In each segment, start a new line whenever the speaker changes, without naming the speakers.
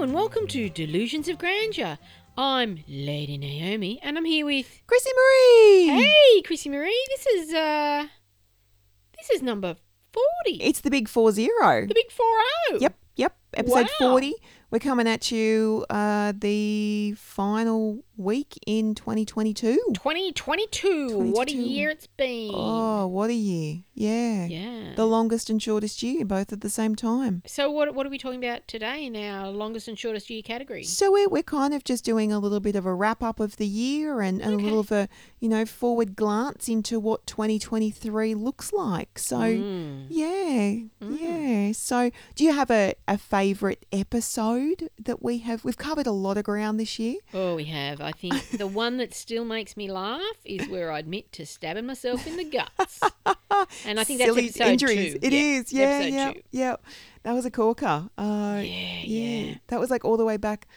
and welcome to Delusions of Grandeur. I'm Lady Naomi, and I'm here with
Chrissy Marie.
Hey, Chrissy Marie. This is uh, this is number forty.
It's the big four zero.
the big four oh. zero.
Yep, yep. Episode
Wow.
forty. We're coming at you uh, the final week in 2022.
Twenty twenty two. What a
22.
year it's been.
Oh, what a year! Yeah.
yeah.
the longest and shortest year, both at the same time.
so what what are we talking about today in our longest and shortest year category?
So we're, we're kind of just doing a little bit of a wrap up of the year and, and a little of a you know forward glance into what 2023 looks like. So
Mm.
yeah, yeah. So do you have a, a favorite episode that we have? We've covered a lot of ground this year.
Oh, we have. I think the one that still makes me laugh is where I admit to stabbing myself in the guts. And I think that's
Silly
episode
injuries.
two.
It is. Yeah,
episode
yeah,
two.
yeah. That was a corker. Uh,
Yeah, yeah.
That was like all the way back.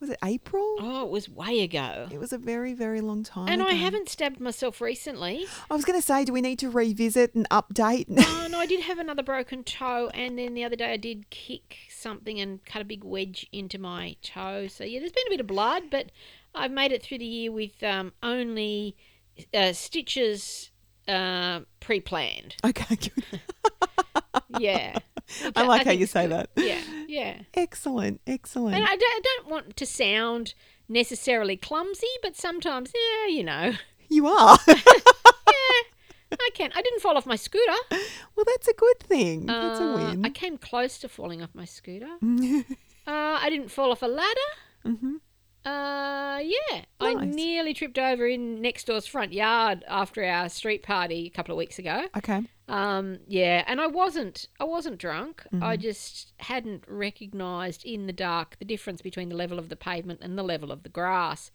Was it April?
Oh, it was way ago.
It was a very, very long time.
And I
ago.
haven't stabbed myself recently.
I was going to say, do we need to revisit and update?
Oh, no, I did have another broken toe. And then the other day I did kick something and cut a big wedge into my toe. So, yeah, there's been a bit of blood, but I've made it through the year with um, only uh, stitches uh, pre planned.
okay, good.
Yeah.
I like how
think
you
it's
say
good.
that.
Yeah, yeah.
Excellent, excellent.
And I don't, I don't want to sound necessarily clumsy, but sometimes, yeah, you know,
you are.
I can. I didn't fall off my scooter.
well, that's a good thing. that's a
Uh,
win.
I came close to falling off my scooter. Uh, I didn't fall off a ladder.
Mhm.
Uh, yeah, I
Nice.
nearly tripped over in next door's front yard after our street party a couple of weeks ago.
okay.
Um, yeah, and I wasn't. I wasn't drunk.
Mm-hmm.
I just hadn't recognised in the dark the difference between the level of the pavement and the level of the grass.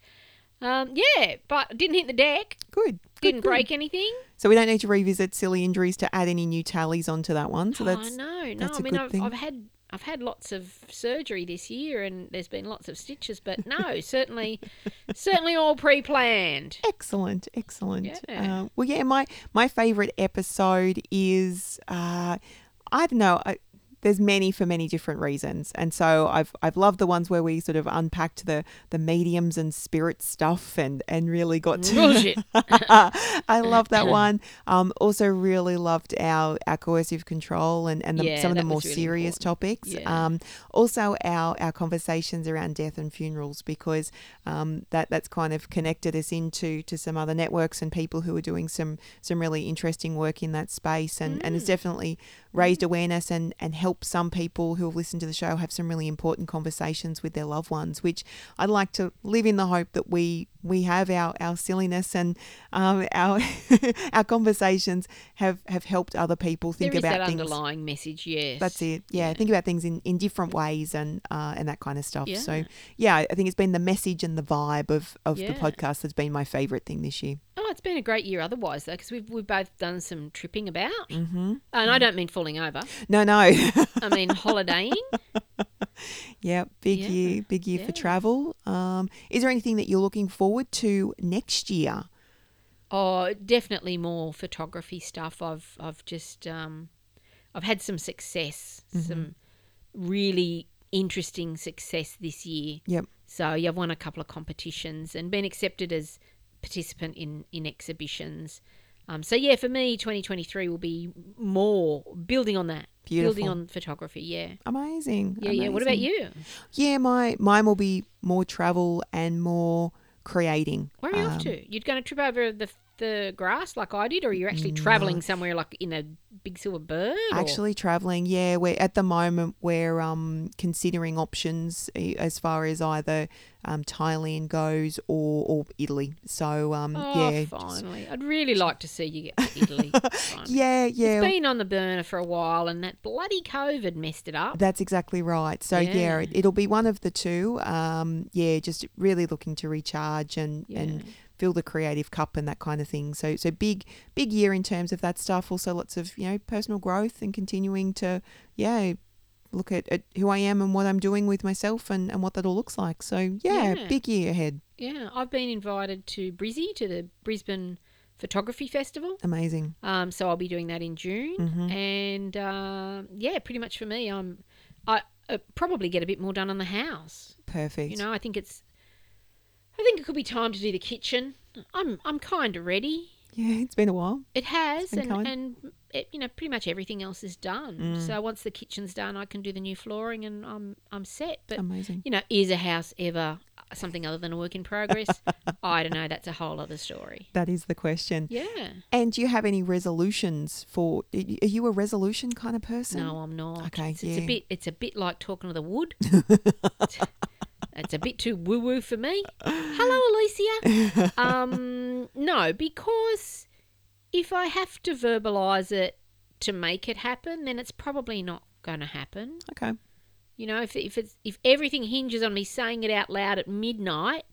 Um, yeah, but didn't hit the deck.
Good. good,
Didn't
good.
break anything.
So we don't need to revisit silly injuries to add any new tallies onto that one. So
oh
that's
no, no.
that's
I
a
mean,
good
I've,
thing.
I've had I've had lots of surgery this year, and there's been lots of stitches, but no, certainly, certainly all pre-planned.
excellent, excellent.
Yeah.
Uh, well, yeah, my my favorite episode is uh, I don't know. I, there's many for many different reasons, and so I've I've loved the ones where we sort of unpacked the the mediums and spirit stuff, and and really got to
Bullshit.
I love that one. Um, also, really loved our, our coercive control and, and the,
Yeah,
some of the
that
more
was really
serious topics.
Yeah.
Um, also, our, our conversations around death and funerals because um, that that's kind of connected us into to some other networks and people who are doing some some really interesting work in that space and, and
Mm.
has definitely raised awareness and, and helped some people who have listened to the show have some really important conversations with their loved ones, which I'd like to live in the hope that we we have our, our silliness and um, our our conversations have, have helped other people think
there is
about
that
things.
underlying message. Yes,
That's it. Yeah, think about things in, in different ways and uh, and that kind of stuff.
Yeah.
So yeah, I think it's been the message and the vibe of, of
Yeah.
the podcast that's been my favorite thing this year.
Oh, it's been a great year otherwise, though, because we've, we've both done some tripping about. Mm-hmm. And I don't mean falling over,
No, no.
I mean holidaying.
yeah, big
Yeah.
year, big year
Yeah.
for travel. Um, is there anything that you're looking forward to next year?
Oh, definitely more photography stuff. I've, I've just, um, I've had some success,
Mm-hmm.
some really interesting success this year.
Yep.
So yeah, I've won a couple of competitions and been accepted as participant in in exhibitions. Um, so yeah, for me, 2023 will be more building on that, building
Beautiful.
on photography. Yeah,
Amazing.
yeah, yeah. What about
amazing.
you?
Yeah, my mine will be more travel and more creating.
Where are you off to? You're going to trip over the the grass like I did, or you're actually traveling somewhere like in a big silver bird? or-
Mm. actually traveling yeah we're at the moment we're um considering options eh, as far as either um thailand goes or or italy so um
oh,
yeah just-
finally. I'd really like to see you get to Italy. finally.
yeah yeah
It's been on the burner for a while, and that bloody COVID messed it up.
That's exactly right. So yeah,
Yeah.
it, it'll be one of the two. Um, yeah, just really looking to recharge and and fill the creative cup and that kind of thing. So so big big year in terms of that stuff. Also lots of you know personal growth and continuing to yeah look at, at who I am and what I'm doing with myself and and what that all looks like. So yeah,
Yeah.
big year ahead.
Yeah, I've been invited to Brizzy to the Brisbane Photography Festival.
Amazing.
Um, so I'll be doing that in June, and um yeah, pretty much for me, I'm I uh, probably get a bit more done on the house.
Perfect.
You know, I think it's. I think it could be time to do the kitchen. I'm I'm kind of ready.
Yeah, it's been a while.
It has,
been
and
coming.
and it, you know, pretty much everything else is done. So once the kitchen's done, I can do the new flooring, and I'm I'm set. But
Amazing.
you know, is a house ever something other than a work in progress? I don't know. That's a whole other story.
That is the question.
Yeah.
And do you have any resolutions for? Are you a resolution kind of person?
No, I'm not.
Okay,
It's, it's
yeah.
a bit. It's a bit like talking to the wood. it's a bit too woo woo for me. Hello, Alicia. Um, no, because if I have to verbalise it to make it happen, then it's probably not going to happen.
Okay.
You know, if if it's if everything hinges on me saying it out loud at midnight,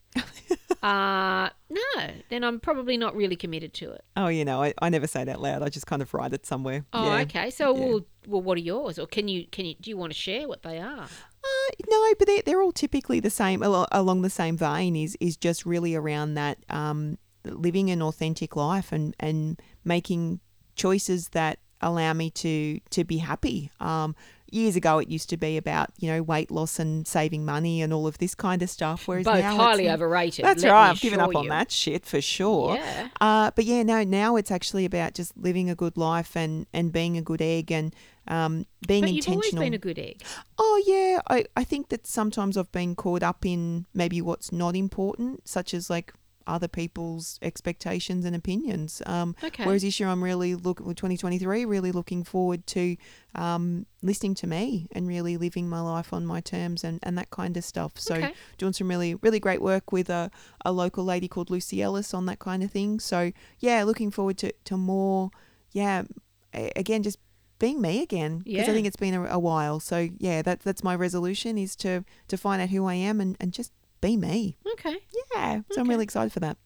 uh, no, then I'm probably not really committed to it.
Oh, you know, I, I never say it out loud. I just kind of write it somewhere.
Oh,
yeah.
okay. So,
Yeah.
well, well, what are yours, or can you can you do you want to share what they are?
Uh, no, but they're, they're all typically the same al- along the same vein. Is is just really around that um, living an authentic life and and making choices that allow me to to be happy. Um, years ago, it used to be about you know weight loss and saving money and all of this kind of stuff. Whereas
Both
now it's-
highly overrated.
That's
let
right.
me
I've given up
assure
on
you.
that shit for sure.
Yeah.
Uh, but yeah, no, now it's actually about just living a good life and, and being a good egg and um, being
But you've
intentional.
always been a good egg.
Oh yeah, I, I think that sometimes I've been caught up in maybe what's not important, such as like other people's expectations and opinions. Um,
Okay.
Whereas this year I'm really look well, 2023 really looking forward to um, listening to me and really living my life on my terms and, and that kind of stuff. So
Okay.
doing some really really great work with a, a local lady called Lucy Ellis on that kind of thing. So yeah, looking forward to, to more yeah a- again just being me again because
Yeah.
I think it's been a, a while. So yeah, that that's my resolution is to to find out who I am and, and just be me.
Okay.
Yeah, so I'm
Okay.
really excited for that.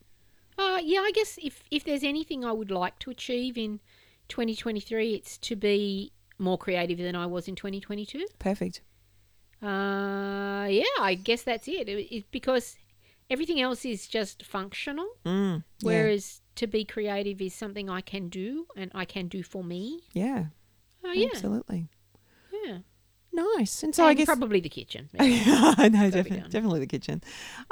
Uh, yeah, I guess if, if there's anything I would like to achieve in 2023, it's to be more creative than I was in 2022.
Perfect.
Uh, yeah, I guess that's it. It- it- because everything else is just functional,
Mm, yeah.
whereas to be creative is something I can do and I can do for me.
Oh, yeah.
Uh, yeah,
Absolutely.
yeah.
Nice. And so I
And
guess
probably the kitchen.
I
Gotta
know,
be
definitely,
done.
definitely the kitchen.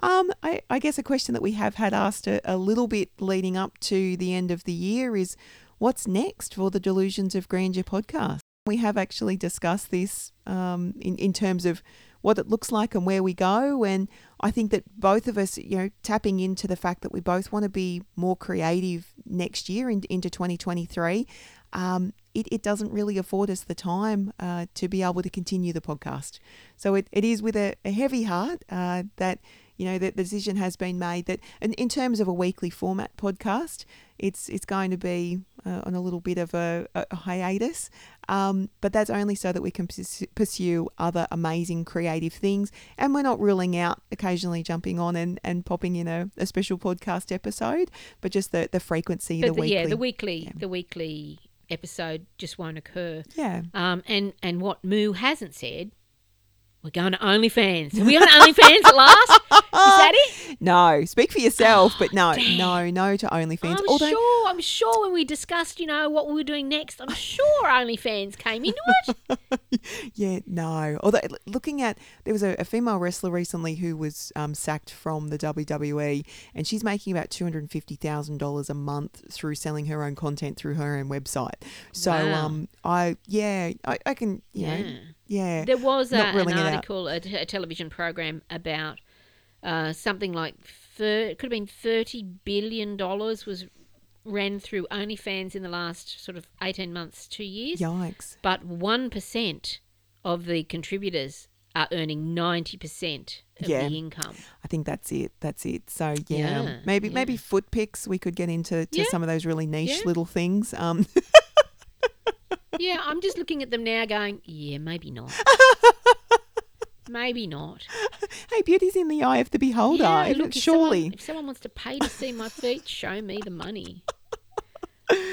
Um, I, I guess a question that we have had asked a, a little bit leading up to the end of the year is what's next for the Delusions of Grandeur podcast? We have actually discussed this um, in, in terms of what it looks like and where we go. And I think that both of us, you know, tapping into the fact that we both want to be more creative next year in, into 2023, um, it, it doesn't really afford us the time uh, to be able to continue the podcast. So it, it is with a, a heavy heart uh, that, you know, that the decision has been made that and in terms of a weekly format podcast, it's it's going to be uh, on a little bit of a, a hiatus. Um, but that's only so that we can pursu- pursue other amazing creative things. And we're not ruling out occasionally jumping on and, and popping in a, a special podcast episode, but just the, the frequency, the,
But the-
weekly.
yeah, the weekly, the weekly episode just won't occur.
yeah.
Um, and and what Moo hasn't said, we're going to OnlyFans. Are we on OnlyFans at last? Is that it?
No, speak for yourself,
Oh,
but no, no, no to OnlyFans.
I'm
Although,
sure. I'm sure when we discussed, you know, what we were doing next, I'm sure OnlyFans came into it.
yeah, no. Although, l- looking at, there was a, a female wrestler recently who was um, sacked from the WWE, and she's making about $250,000 a month through selling her own content through her own website. So,
Wow.
um, I, yeah, I, I can, you know, yeah.
There was a,
Not
an
ruling it out.
article, a, t- a television program about uh, something like thir- it could have been thirty billion dollars was ran through OnlyFans in the last sort of eighteen months, two years.
Yikes.
but 1% of the contributors are earning 90% of
Yeah.
the income.
I think that's it. That's it. So yeah, um,
Yeah,
maybe
yeah.
maybe foot picks. We could get into to
Yeah.
some of those really niche
Yeah.
little things. Um,
Yeah, I'm just looking at them now going, yeah, maybe not. maybe not.
hey, beauty's in the eye of the beholder.
yeah,
It-
look, if someone-
surely.
if someone wants to pay to see my feet, show me the money.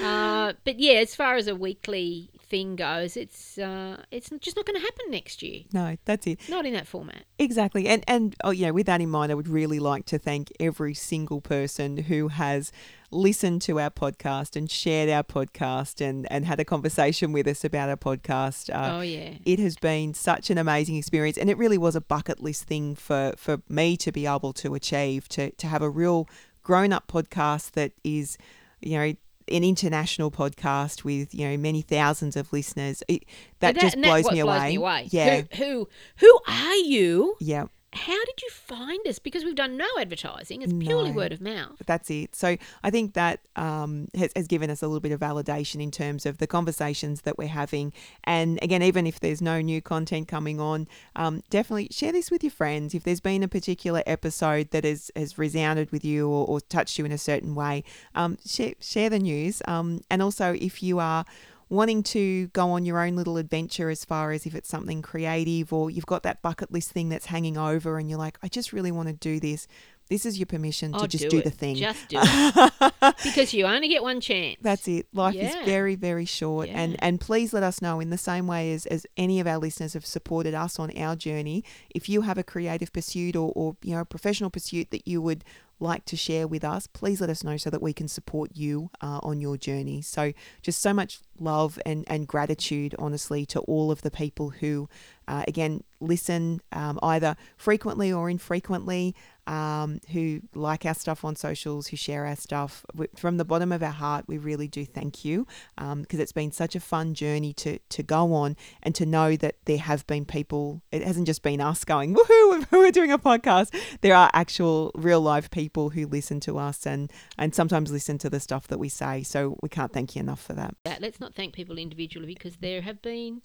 Uh, but yeah, as far as a weekly thing goes, it's uh, it's just not going to happen next year.
No, that's it.
Not in that format.
Exactly. And and oh yeah, with that in mind, I would really like to thank every single person who has listened to our podcast and shared our podcast and and had a conversation with us about our podcast. Uh,
oh yeah.
it has been such an amazing experience and it really was a bucket list thing for for me to be able to achieve to to have a real grown-up podcast that is you know an international podcast with you know many thousands of listeners it, that,
And
just
and
blows,
what
me, away. yeah
Yeah. Who, who who are you?
yeah
How did you find us? Because we've done no advertising. It's purely
No.
word of mouth.
that's it. So I think that um, has, has given us a little bit of validation in terms of the conversations that we're having. And again, even if there's no new content coming on, um, definitely share this with your friends. If there's been a particular episode that has, has resounded with you or, or touched you in a certain way, um, share, share the news. Um, and also, if you are wanting to go on your own little adventure as far as if it's something creative or you've got that bucket list thing that's hanging over and you're like, I just really want to do this. This is your permission to
Oh,
just do,
it.
the thing.
Just do it. because you only get one chance.
That's it. Life
Yeah.
is very, very short. And and please let us know in the same way as, as any of our listeners have supported us on our journey. If you have a creative pursuit or, or you know a professional pursuit that you would like to share with us, please let us know so that we can support you uh, on your journey. So just so much love and, and gratitude, honestly, to all of the people who, uh, again, listen um, either frequently or infrequently, um, who like our stuff on socials, who share our stuff. We, from the bottom of our heart, we really do thank you because it's been such a fun journey to to go on and to know that there have been people. It hasn't just been us going woohoo, we're doing a podcast. There are actual real life people who listen to us and and sometimes listen to the stuff that we say. So we can't thank you enough for that.
that. Let's not thank people individually because there have been,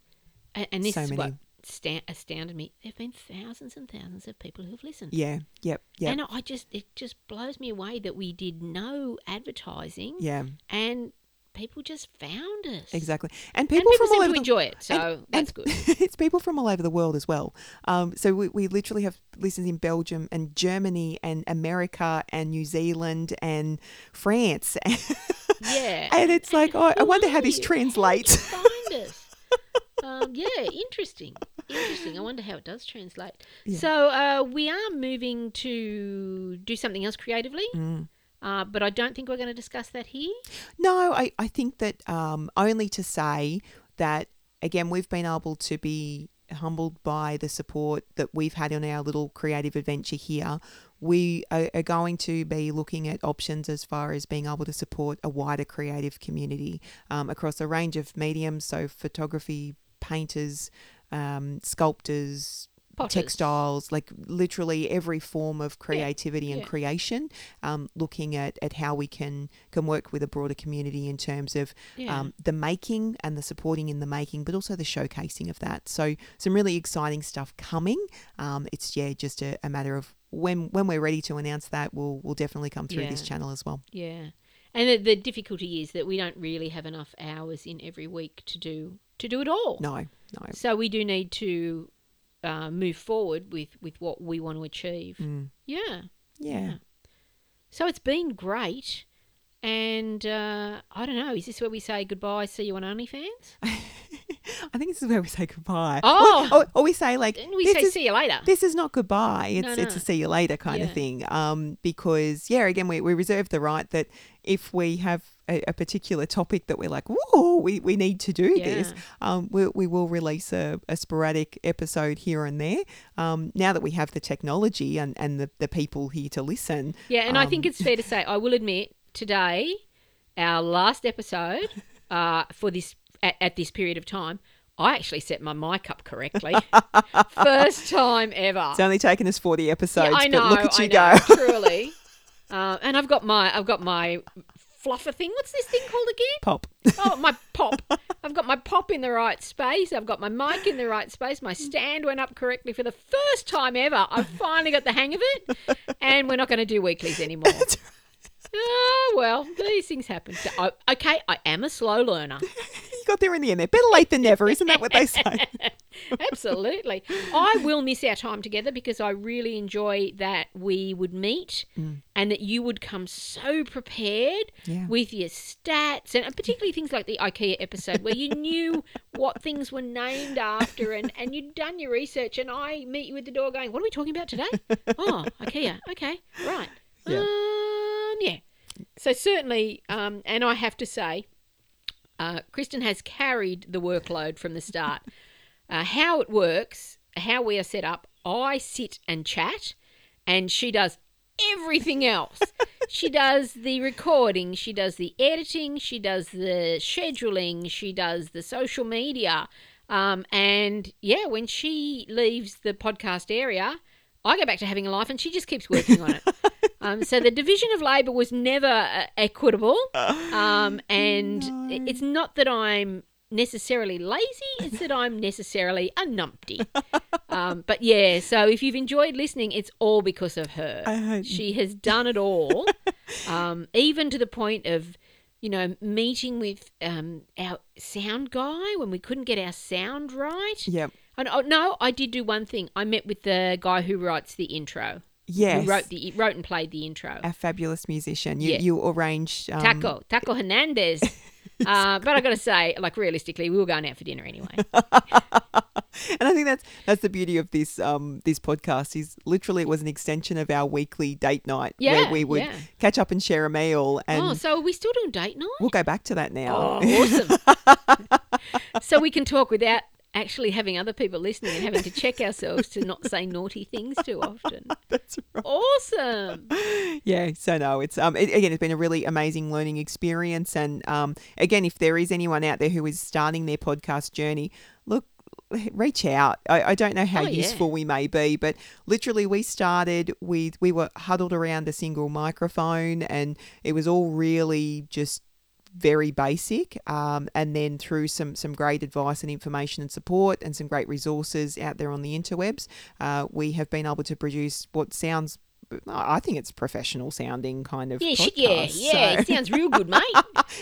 and, and this
So
is what
many.
sta- astounded me. There have been thousands and thousands of people who've listened.
Yeah. Yep. Yep.
And I just it just blows me away that we did no advertising
yeah.
and people just found us.
Exactly.
And
And people,
people,
from
seem
all
to
over the
enjoy it, so
and-
that's good.
it's people from all over the world as well. Um, so we, we literally have listeners in Belgium and Germany and America and New Zealand and France.
Yeah.
and it's like, oh, I
Who
wonder how
are
this
you?
translates.
How did you find us. um, yeah, interesting. Interesting. I wonder how it does translate. So uh, we are moving to do something else creatively, uh, but I don't think we're going to discuss that here.
No, I, I think that um, only to say that, again, we've been able to be humbled by the support that we've had on our little creative adventure here. We are, are going to be looking at options as far as being able to support a wider creative community um, across a range of mediums, so photography, painters, um, sculptors,
Potters.
textiles, like literally every form of creativity and
yeah.
creation, um, looking at, at how we can can work with a broader community in terms of
Yeah.
um, the making and the supporting in the making, but also the showcasing of that. So some really exciting stuff coming. Um, it's yeah, just a, a matter of when when we're ready to announce that, we'll we'll definitely come through this
Yeah.
channel as well.
Yeah. And the, the difficulty is that we don't really have enough hours in every week to do to do it all.
No, no,
So we do need to uh, move forward with with what we want to achieve.
Mm.
Yeah.
yeah.
So it's been great. And uh, I don't know, is this where we say goodbye, see you on OnlyFans?
I think this is where we say goodbye.
Oh!
or, or, or we say like
And we
this
say
is-
see you later.
this is not goodbye. It's
No,
it's
no.
a see you later kind
Yeah.
of thing. Um, because yeah, again, we, we reserve the right that if we have a, a particular topic that we're like, whoa, we, we need to do this,
Yeah.
um, we, we will release a, a sporadic episode here and there. Um, now that we have the technology and, and the, the people here to listen,
Yeah, and I
um,
think it's fair to say, I will admit, today, our last episode uh, for this at, at this period of time, I actually set my mic up correctly. First time ever.
it's only taken us forty episodes.
I know.
but look at you
I know,
go.
truly. Uh, and I've got my I've got my fluffer thing. What's this thing called again?
Pop.
Oh, my pop. I've got my pop in the right space. I've got my mic in the right space. My stand went up correctly for the first time ever. I finally got the hang of it. And we're not going to do weeklies anymore. Oh, well, these things happen. So, I, okay, I am a slow learner.
you got got there in the end. There, better late than never, isn't that what they say?
Absolutely. I will miss our time together because I really enjoy that we would meet and that you would come so prepared
Mm. Yeah.
with your stats and and particularly things like the IKEA episode where you knew what things were named after and, and you'd done your research and I meet you at the door going, What are we talking about today? oh, IKEA. Okay. Right.
Yeah.
Um, yeah. So certainly, um, and I have to say, uh, Kristen has carried the workload from the start. uh, how it works, how we are set up, I sit and chat, and she does everything else. she does the recording, she does the editing, she does the scheduling, she does the social media. Um, and yeah, when she leaves the podcast area, I go back to having a life, and she just keeps working on it. Um, so the division of labour was never uh, equitable, um, and i- it's not that I'm necessarily lazy; it's that I'm necessarily a numpty. Um, but yeah, so if you've enjoyed listening, it's all because of her.
I heard-
She has done it all, um, even to the point of, you know, meeting with um, our sound guy when we couldn't get our sound right.
Yep.
And oh, no, I did do one thing. I met with the guy who writes the intro.
Yes. Um,
Who wrote the wrote and played the intro.
a fabulous musician. You
Yeah.
you arranged um,
Taco, Taco Hernandez. uh, but I got to say, like realistically, we were going out for dinner anyway.
and I think that's that's the beauty of this um this podcast is literally it was an extension of our weekly date night
Yeah,
where we would
yeah.
catch up and share a meal and
oh, so are we still doing date night?
we'll go back to that now.
Oh, awesome. so we can talk without actually having other people listening and having to check ourselves to not say naughty things too often.
That's right.
Awesome.
Yeah. So no, it's um it, again it's been a really amazing learning experience and um again if there is anyone out there who is starting their podcast journey, look reach out. I, I don't know how
Oh, yeah.
useful we may be, but literally we started with we were huddled around a single microphone and it was all really just very basic um, and then through some some great advice and information and support and some great resources out there on the interwebs uh, we have been able to produce what sounds I think it's professional sounding kind of
Yeah,
podcast,
shit, yeah, yeah.
so
It sounds real good, mate.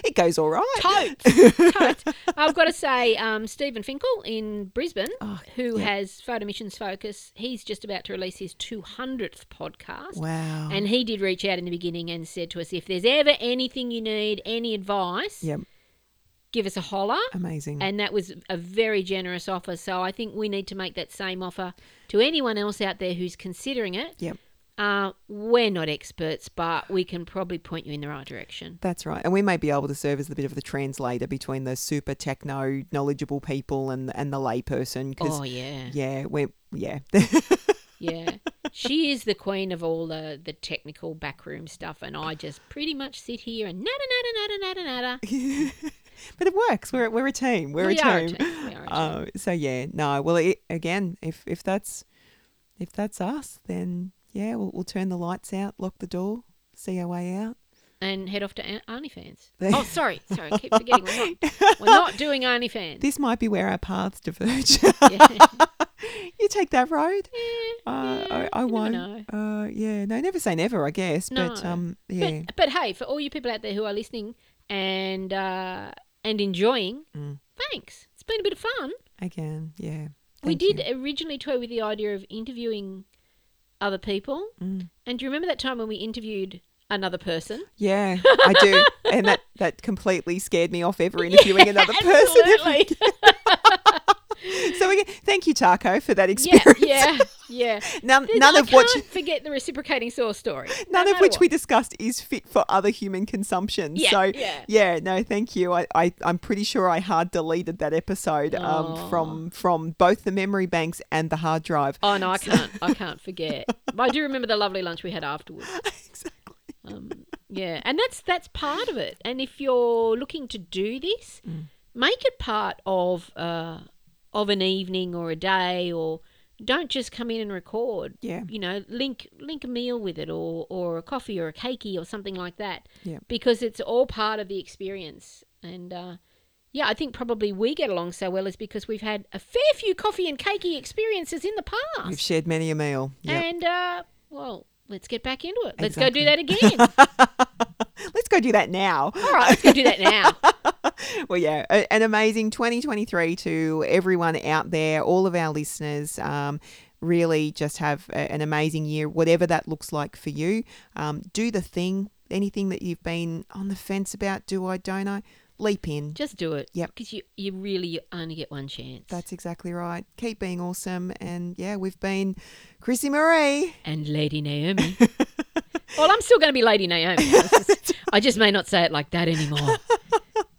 it goes all right
totes, totes. I've got to say, um, Stephen Finkel in Brisbane,
Oh,
who has Photo Missions Focus, he's just about to release his 200th podcast.
wow
And he did reach out in the beginning and said to us, if there's ever anything you need, any advice,
Yep.
give us a holler.
amazing
And that was a very generous offer. So I think we need to make that same offer to anyone else out there who's considering it.
Yep.
Uh, we're not experts, but we can probably point you in the right direction.
That's right. And we may be able to serve as a bit of the translator between the super techno knowledgeable people and and the layperson cuz
Oh, yeah.
yeah, we yeah.
Yeah. she is the queen of all the, the technical backroom stuff. And I just pretty much sit here and nada, nada, nada, nada, nada.
but it works. We're we're a team. We're
We
a
are a
team.
team. We are a
Uh, so yeah, no. Well, it, again, if if that's if that's us, then yeah, we'll, we'll turn the lights out, lock the door, see our way out.
and head off to Ar- OnlyFans.
There-
Oh, sorry, sorry, I keep forgetting we're not, we're not doing OnlyFans.
This might be where our paths diverge.
Yeah.
you take that road.
Yeah,
Uh,
yeah, Eh, you
I, I
never
won't.
know.
Uh, yeah, no, never say never, I guess. But
No.
um, yeah.
But, but hey, for all you people out there who are listening and uh, and enjoying,
Mm.
thanks. It's been a bit of fun.
Again, yeah.
we
Thank you.
did originally toy with the idea of interviewing other people.
Mm.
And do you remember that time when we interviewed another person?
Yeah, I do. and that, that completely scared me off ever interviewing another person.
Absolutely.
So again, thank you, Taco, for that
yeah,
experience.
yeah, yeah.
None,
There's-
none
I
of which
can't forget the reciprocating saw story. no
none of
matter
which
what.
we discussed is fit for other human consumption.
Yeah,
so
yeah.
no, thank you. I, I I'm pretty sure I hard deleted that episode um,
Aw.
from from both the memory banks and the hard drive.
Oh no, I can't. I can't forget. But I do remember the lovely lunch we had afterwards.
exactly.
Um, yeah, and that's that's part of it. And if you're looking to do this,
Mm.
make it part of uh, of an evening or a day, or don't just come in and record.
Yeah.
You know, link link a meal with it, or or a coffee, or a cakey, or something like that.
Yeah.
Because it's all part of the experience. And uh, yeah, I think probably we get along so well is because we've had a fair few coffee and cakey experiences in the past.
We've shared many a meal. Yep.
And uh, well, let's get back into it. Let's go do
Exactly.
that again.
Let's go do that now.
Oh, All right, let's go do that now.
well, yeah, a- an amazing 2023 to everyone out there, all of our listeners. Um, really just have a- an amazing year, whatever that looks like for you. Um, do the thing, anything that you've been on the fence about, do I, don't I? Leap in.
Just do it.
Yep.
Because you, you really you only get one chance.
That's exactly right. Keep being awesome. And yeah, we've been Chrissy Marie.
and Lady Naomi. well, I'm still going to be Lady Naomi. I just, I just may not say it like that anymore.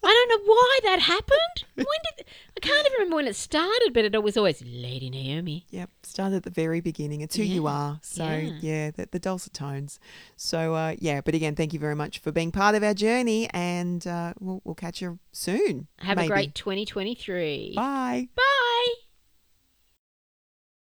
I don't know why that happened. When did I can't even remember when it started, but it was always Lady Naomi.
Yep, start at the very beginning. It's who you
Yeah,
are. So yeah,
yeah.
the, the dulcet tones. So uh, yeah, but again, thank you very much for being part of our journey, and uh, we'll, we'll catch you soon.
Have
maybe.
a great 2023.
Bye.
Bye.